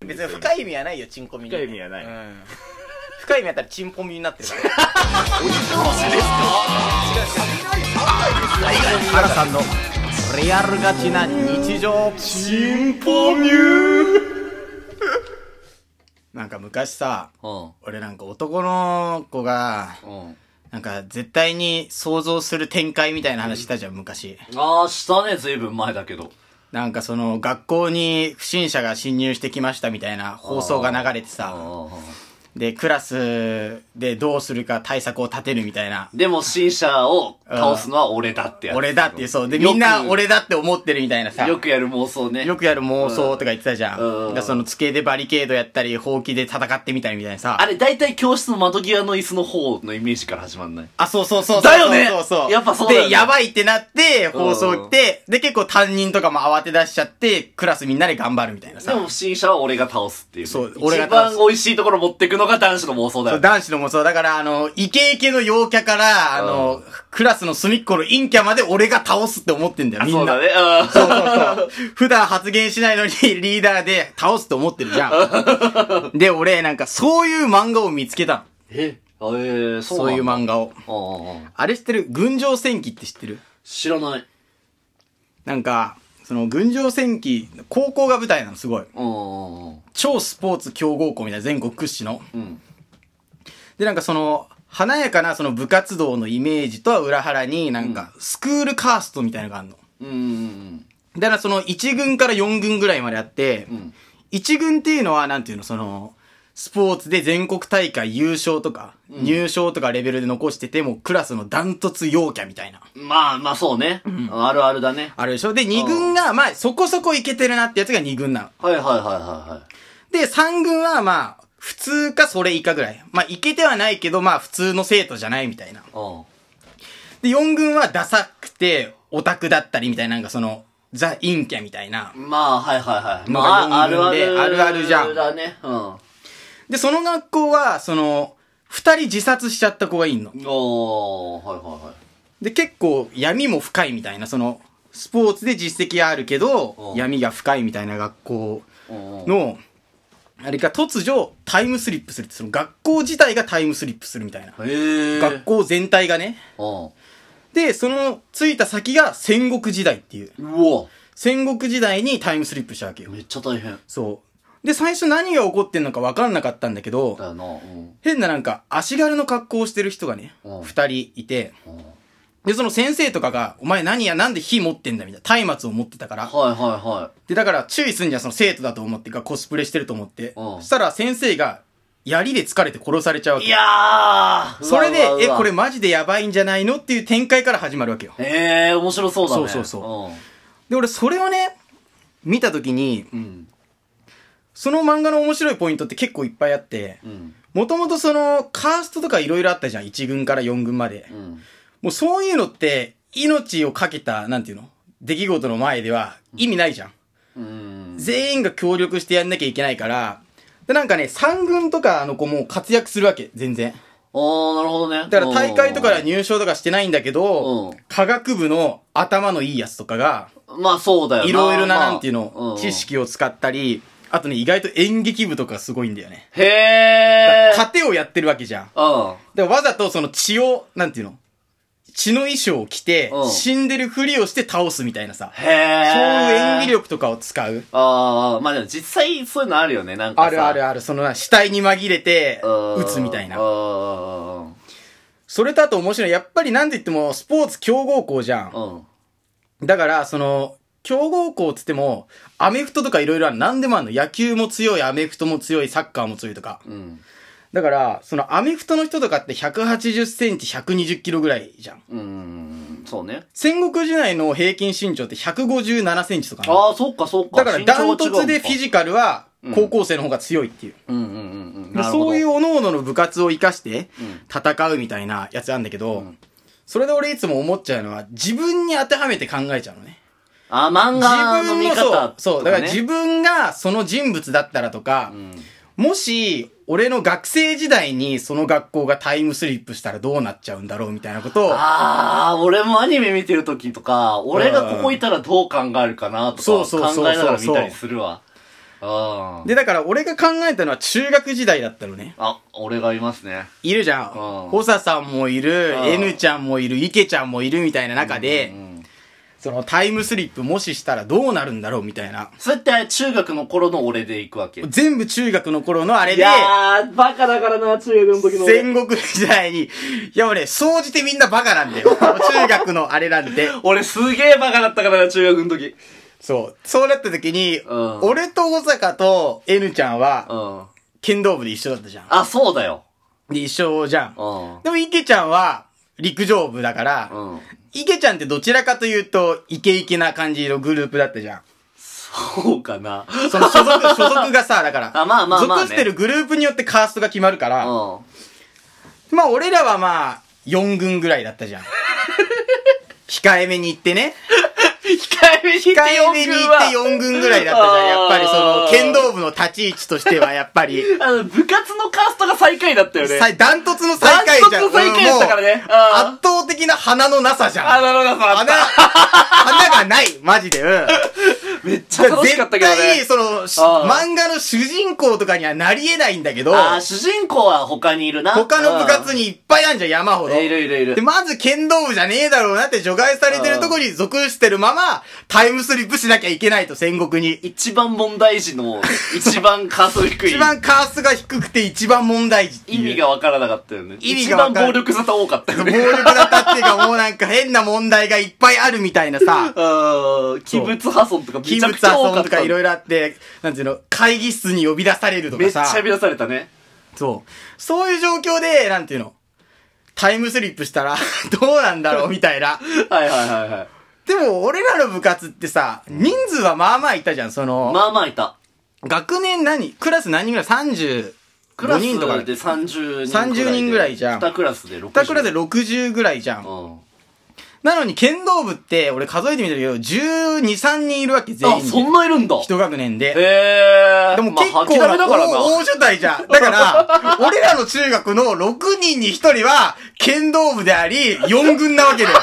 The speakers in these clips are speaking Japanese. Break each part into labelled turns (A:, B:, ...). A: 別に深い意味はないよチンコミに
B: 深い意味はない
A: うん深い意味あったらチンポミになってる から原さんのリアルガチな日常チンポミューなんか昔さ
B: うん
A: 俺なんか男の子が
B: うん
A: なんか絶対に想像する展開みたいな話したじゃん昔
B: ああしたね随分前だけど
A: なんかその学校に不審者が侵入してきましたみたいな放送が流れて
B: あ
A: さ
B: ー
A: でクラスでどうするか対策を立てるみたいな
B: でも新車を倒すのは俺だってやつ
A: 俺だっていうそうで
B: よく
A: みんな俺だって思ってるみたいなさ
B: よくやる妄想ね
A: よくやる妄想とか言ってたじゃ
B: うん
A: ん。だからその机でバリケードやったり、ほうきで戦ってみたりみたいなさ。
B: あれ大体教室の窓際の椅子の方のイメージから始まんない
A: あ、そうそうそうそう。
B: だよね
A: そうそう。
B: やっぱそうだよね
A: で、やばいってなって、放送来て、で、結構担任とかも慌て出しちゃって、クラスみんなで頑張るみたいな
B: で
A: さ。
B: も不審者は俺が倒すっていうね、
A: そう俺が倒す
B: 一番美味しいところ持ってくのが男子の妄想だ
A: そ
B: よ
A: う男子のもそう、だから、あの、イケイケの陽キャから、あの、クラスの隅っこの陰キャまで俺が倒すって思ってんだよ、
B: あ
A: みんな。
B: そうだね
A: そうそうそう。 普段発言しないのに リーダーで倒すって思ってるじゃん。で、俺、なんか、そういう漫画を見つけたの。
B: うんえあえー、
A: そう
B: なんだ
A: いう漫画を。
B: ああああ
A: あれ知ってる群青戦記って知ってる
B: 知らない
A: なんか、その群青戦記、高校が舞台なの、すごい。
B: うんうんうん
A: 超スポーツ強豪校みたいな、全国屈指の。
B: うん
A: で、なんかその、華やかなその部活動のイメージとは裏腹に、なんか、スクールカーストみたいなのがあるの。
B: うんうん
A: だからその1軍から4軍ぐらいまであって、
B: うん
A: 1軍っていうのは、なんていうの、その、スポーツで全国大会優勝とか、入賞とかレベルで残してて、もうクラスのダントツ陽キャみたいな。
B: うんまあまあそうね、あるあるだね
A: あるでしょで、2軍が、まあ、そこそこいけてるなってやつが2軍なの。
B: はいはいはいは
A: で、3軍は、まあ、普通かそれ以下ぐらい。まあ、いけてはないけど、まあ、普通の生徒じゃないみたいな。
B: いは。
A: で、4軍はダサくて、オタクだったりみたいな、なんかその、ザ・陰キャみたいない
B: うんまあはいはいはい
A: な
B: ま
A: んか
B: あある
A: 四
B: あ
A: 軍で
B: る
A: あるあるじゃん
B: だねうん
A: で、その学校は、その、二人自殺しちゃった子がいんの。
B: おーはいはいはい
A: で、結構闇も深いみたいな、その、スポーツで実績はあるけど
B: う、ん
A: 闇が深いみたいな学校
B: うんうん
A: の、あれが突如タイムスリップするって、その学校自体がタイムスリップするみたいな。
B: へえ
A: 学校全体がね。
B: 校
A: で、その着いた先が戦国時代っていう。
B: うんうわ
A: 戦国時代にタイムスリップしたわけよ。
B: めっちゃ大変
A: そう。で、最初何が起こってんのか分かんなかったんだけど、
B: だよなうん
A: 変ななんか足軽の格好をしてる人がね
B: う、ん
A: 二人いて、
B: うん
A: で、その先生とかが、お前何や、なんで火持ってんだみたいな。松明を持ってたから。
B: はいはいは
A: で、だから注意すんじゃん、その生徒だと思って、がコスプレしてると思って。
B: うん
A: そしたら先生が、槍で疲れて殺されちゃうわ
B: い。
A: け。
B: いやー
A: それで
B: うわうわう、わ
A: え、これマジでやばいんじゃないのっていう展開から始まるわけよ。
B: へえ、面白そうだね。
A: そうそうそ
B: うん。
A: で、俺それをね、見たときに、
B: うん。
A: その漫画の面白いポイントって結構いっぱいあって、
B: うん。
A: もともとその、カーストとかいろいろあったじゃん、1軍から4軍まで
B: う。ん。
A: もうそういうのって、命をかけた、なんていうの出来事の前では意味ないじゃん。
B: うん。
A: 全員が協力してやんなきゃいけないから、で、なんかね、3軍とかの子も活躍するわけ、全然。
B: おー、なるほどね。
A: だから大会とかでは
B: に。
A: 入賞とかしてないんだけど
B: うん、
A: 科学部の頭のいいやつとかが、
B: まあそうだよ
A: いろいろななんていうの、知。
B: ま
A: 識を使ったり、あとね、意外と演劇部とかすごいんだよね。
B: あうんへー。
A: 盾をやってるわけじゃん。
B: うん。
A: で、わざとその血を、なんていうの血の衣装を着て
B: う、ん
A: 死んでるふりをして倒すみたいなさ。
B: へー。
A: そういう演技。力とかを使う。
B: あー、まあでも実際そういうのあるよね、なんかさ。
A: あるある
B: あ
A: ある。そのな、死体に紛れて、
B: うん。
A: 撃つみたいな。
B: うん。
A: それとあと面白い。やっぱりなんて言っても、スポーツ強豪校じゃん。
B: うん。
A: だから、その、強豪校っつっても、アメフトとかいろいろある。何でもあるの。野球も強い、アメフトも強い、サッカーも強いとか。
B: うん。
A: だから、そのアメフトの人とかって180センチ、120キロぐらいじゃん。
B: うん。そうね。
A: 戦国時代の平均身長って157センチとかなの
B: あー、そっかそっか。
A: だから
B: 身長が違う
A: ダン
B: のか
A: トツでフィジカルは高校生の方が強いっていう。
B: うんうんうんうん。
A: でそういう
B: う。
A: おののの部活を生かして
B: うん
A: 戦うみたいなやつあんだけど、
B: ん
A: それで俺いつも思っちゃうのは自分に当てはめて考えちゃうのね。
B: あ、漫画の見方とかね。
A: そう、そう、だから自分がその人物だったらとか、
B: うん。
A: もし俺の学生時代にその学校がタイムスリップしたらどうなっちゃうんだろうみたいなことを、
B: ああ、俺もアニメ見てる時とか、俺がここいたらどう考えるかなと
A: そう
B: か
A: そうそうそう
B: 考えながら見たりするわ。あー
A: で、だから俺が考えたのは中学時代だったのね。
B: あ、俺がいますね。
A: いるじゃ
B: うん
A: ん。ホサさんもいる、
B: うん
A: N ちゃんもいる、イケちゃんもいるみたいな中で
B: う、ん
A: そのタイムスリップもししたらどうなるんだろうみたいな。
B: それって中学の頃の俺で行くわけ。
A: 全部中学の頃のあれ
B: い
A: で、
B: やー、バカだからな、中学の時の俺。
A: 戦国時代に、いや俺、総じてみんなバカなんだ よ。中学のあれなんで。
B: 俺すげえバカだったからな、中学の時。
A: そう。そうなった時に、
B: うん
A: 俺と小坂と N ちゃん
B: う
A: は、
B: ん。
A: 剣道部で一緒だったじゃん。
B: あ、そうだよ。
A: で、一緒じゃん
B: う。ん。
A: でも、池ちゃんは、陸上部だから、
B: うん。
A: 池ちゃんってどちらかというと、イケイケな感じのグループだったじゃん。
B: そうかな。
A: その所 属、所属がさ、だから、
B: あまあまあまあね
A: 属してるグループによってカーストが決まるから、
B: うん。
A: まあ、俺らはまあ、4軍ぐらいだったじゃ ん。控えめに行ってね。
B: 控えめに
A: 控えめに行って4軍ぐらいだったじゃん。やっぱりその、剣道部の立ち位置としては、やっぱり。
B: あの、部活のカーストが最下位だった よね。
A: 最ダントツの最下位じゃん。
B: ダントツの最下位だったからね
A: うんもう
B: あー
A: 圧倒的な花のなさじゃん。
B: あ、なるほど、そう
A: 花、
B: だっ
A: 花がないマジで。うん。
B: た。めっちゃ楽しかったけどね。
A: 絶対、その、し
B: あー
A: 漫画の主人公とかにはなり得ないんだけど、
B: あー、主人公は他にいるな。
A: 他の部活
B: に。
A: にいっぱいあんじゃん、山ほど。
B: いるいるいる
A: で、。まず剣道部じゃねえだろうなって除外されてるとこに属してるまま、タイムスリップしなきゃいけないと、戦国に。
B: 一番問題児の、 一番カースト低い。
A: 一番カーストが低くて一番問題児っていう
B: 意味がわからなかったよね。
A: 意味がわか
B: 一番
A: る
B: 暴力沙汰多かったよ
A: 暴
B: ね。、
A: 力だったっていうか、もうなんか変な問題がいっぱいあるみたいなさ
B: あー、器物破損とかめ
A: 器
B: ちゃ
A: 物
B: くちゃ
A: 破
B: 多か
A: 損
B: っ
A: と
B: た。
A: かいろいろあって、なんていうの、会議室に呼び出されるとか
B: めっちゃ
A: さ、
B: 乱されたね。
A: そう。そういう状況で、なんていうの、タイムスリップしたら、 どうなんだろうみたいな。
B: はいはいはいはい。
A: でも、俺らの部活ってさ、人数はまあまあいたじゃん、その、
B: まあまあいた。
A: 学年何クラス何人ぐらい ?35
B: クラス
A: 人とか
B: で30人ぐらいで。
A: 30人ぐらいじゃん
B: 2クラスで60。
A: 2クラスで60ぐらいじゃん。
B: うん。
A: なのに、剣道部って、俺数えてみたけど、12、3人いるわけ、全
B: あ、
A: 員で。
B: そんないるんだ。
A: 一学年で。
B: へえ。
A: でも結構
B: まあ、
A: な
B: 諦めだからな。
A: 大大所帯じゃん。だ から、俺らの中学の6人に1人は、剣道部であり、4軍なわけだよ。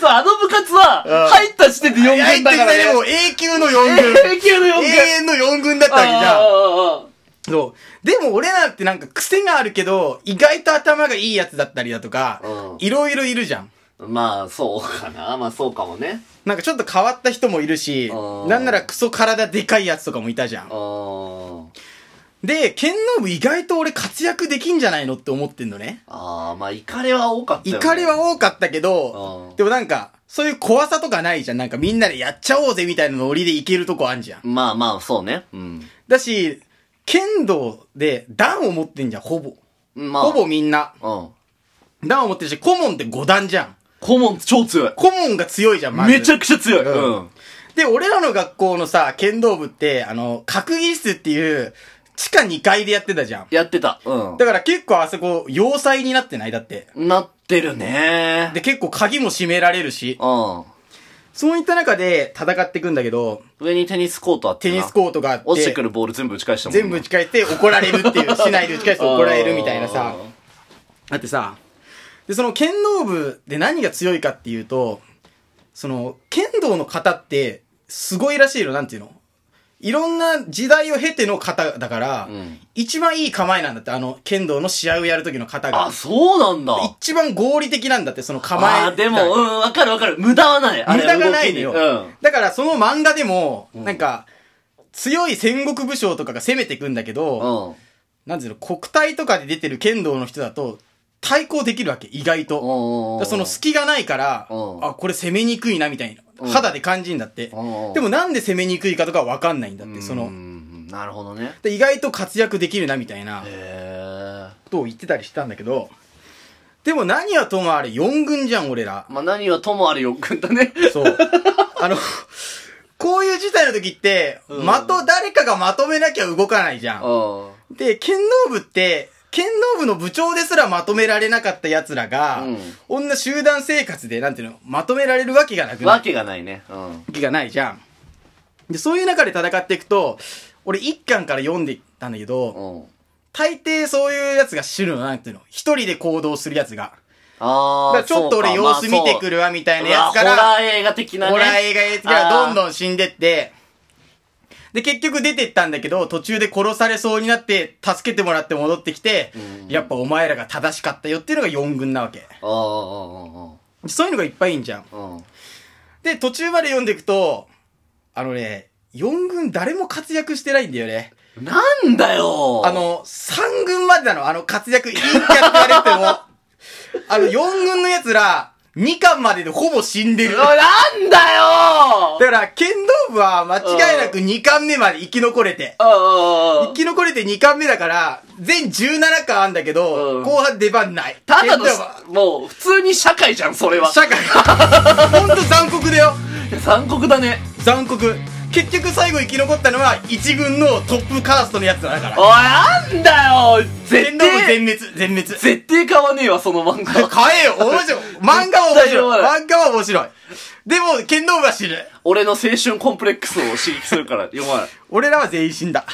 B: そうあの部活は、
A: うん
B: 入った時点で4
A: 入って
B: 軍
A: きた
B: だから
A: ね、もう
B: ね。
A: 永久の4軍。
B: 永久の4
A: 永
B: 軍。
A: 遠の4軍だったわけじ
B: あ
A: ゃん。
B: ああああ
A: そう。でも俺らってなんか癖があるけど、意外と頭がいいやつだったりだとか
B: うん、
A: いろいろいるじゃん。
B: あまあ、そうかな。まあ、そうかもね。
A: なんかちょっと変わった人もいるし
B: う、ん
A: なんならクソ体でかいやつとかもいたじゃん
B: あ。ー
A: で、剣道部意外と俺活躍できんじゃないのって思ってんのね。
B: あー、まあ、怒りは多かったよ、ね。
A: 怒りは多かったけど
B: うん、
A: でもなんか、そういう怖さとかないじゃん。なんかみんなでやっちゃおうぜみたいなノリでいけるとこあんじゃん。
B: まあまあ、そうね。うん。
A: だし、剣道で段を持ってんじゃん、ほぼ。
B: まあ。
A: ほぼみんな。
B: ぼ。うん。
A: 段を持ってるし、顧問って5段じゃん。
B: 顧問超強い。
A: 顧問が強いじゃん、まず。
B: めちゃくちゃ強い。
A: うん
B: うん。
A: で、俺らの学校のさ、剣道部って、あの、閣議室っていう、地下2階でやってたじゃん。
B: やってた。うん
A: だ。から結構あそこ、要塞になってないだって。
B: なってるね。
A: で、結構鍵も閉められるし。
B: うん。
A: そういった中で戦っていくんだけど、
B: 上にテニスコートあって
A: テ
B: な。
A: ニスコートがあって、
B: 落ちてくるボール全部打ち返したもんね
A: 全部打ち返して怒られるっていう、市内で打ち返して怒られるみたいなさ。
B: あ
A: だってさ、で、その剣道部で何が強いかっていうと、その、剣道の型って、すごいらしいの、なんていうのいろんな時代を経ての型だから、
B: うん
A: 一番いい構えなんだって、あの、剣道の試合をやる時の型
B: ー。
A: が
B: あ、。そうなんだ。
A: 一番合理的なんだって、その構え。
B: あー、でも、うん、わかるわかる。無駄はない。あれ
A: 無駄がないのよ、
B: 動きにうん。
A: だからその漫画でも、なんか、強い戦国武将とかが攻めていくんだけど、
B: うん。
A: なんていうの、国体とかで出てる剣道の人だと、対抗できるわけ、意外と。だからその隙がないから、
B: うん
A: あ、これ攻めにくいな、みたいな。
B: うん
A: 肌で感じんだって。
B: うん
A: でもなんで攻めにくいかとかわかんないんだって、そ
B: うん
A: の
B: う。んなるほどね。
A: で意外と活躍できるな、みたいな
B: へえ。
A: ことを言ってたりしたんだけど、でも何はともあれ4軍じゃん、俺ら。
B: まあ、何はともあれよくん だね。
A: そう。あの、こういう事態の時って、
B: うん
A: まと、誰かがまとめなきゃ動かないじゃん。
B: うん。
A: で、剣道部って、剣道部の部長ですらまとめられなかった奴らが、
B: うん
A: 女集団生活で、なんていうの、まとめられるわけがなくな
B: わ
A: る
B: けがないね。うん。
A: わけがないじゃん。で、そういう中で戦っていくと、俺一巻から読んでたんだけど、
B: うん。
A: 大抵そういう奴が知るの、なんていうの、一人で行動する奴が。
B: あ
A: だか
B: あ。
A: らちょっと俺
B: そうか
A: 様子見てくるわ、みたいなやつか
B: まあそううわ
A: ら、
B: ホラー映画的なね。
A: ホラー映画やつが
B: あー
A: どんどん死んでって、で、結局出てったんだけど、途中で殺されそうになって、助けてもらって戻ってきて、
B: うん
A: やっぱお前らが正しかったよっていうのが4軍なわけ。
B: ああ、あ
A: そういうのがいっぱいいんじゃん。
B: あ、ああ。
A: で、途中まで読んでいくと、あのね、4軍誰も活躍してないんだよね。
B: なんだよ
A: あ、の、3軍までなの、あの活躍、いいキャラやれても。あの、4軍の奴ら、2巻まででほぼ死んで
B: う
A: る。
B: わなんだよ
A: だから、剣道部は間違いなく2巻目まで生き残れて。
B: あああ
A: 生き残れて2巻目だから、全17巻あんだけ
B: う
A: ど、
B: ん
A: 後半出番ない。
B: ただの
A: 剣道部は、
B: もう、普通に社会じゃん、それは。
A: 社会。ほんと残酷だよ。
B: いや残酷だね。
A: 残酷。結局最後生き残ったのは1軍のトップカーストのやつらだから。
B: おい、なんだよ絶
A: 剣道部
B: 対、
A: 全滅、全滅。
B: 絶対買わねえわ、その漫画。
A: 買えよ面白い漫画は面白い漫画は面白いでも、剣道部は死ぬ
B: 俺の青春コンプレックスを刺激するから、読まない。
A: 俺らは全員死んだ。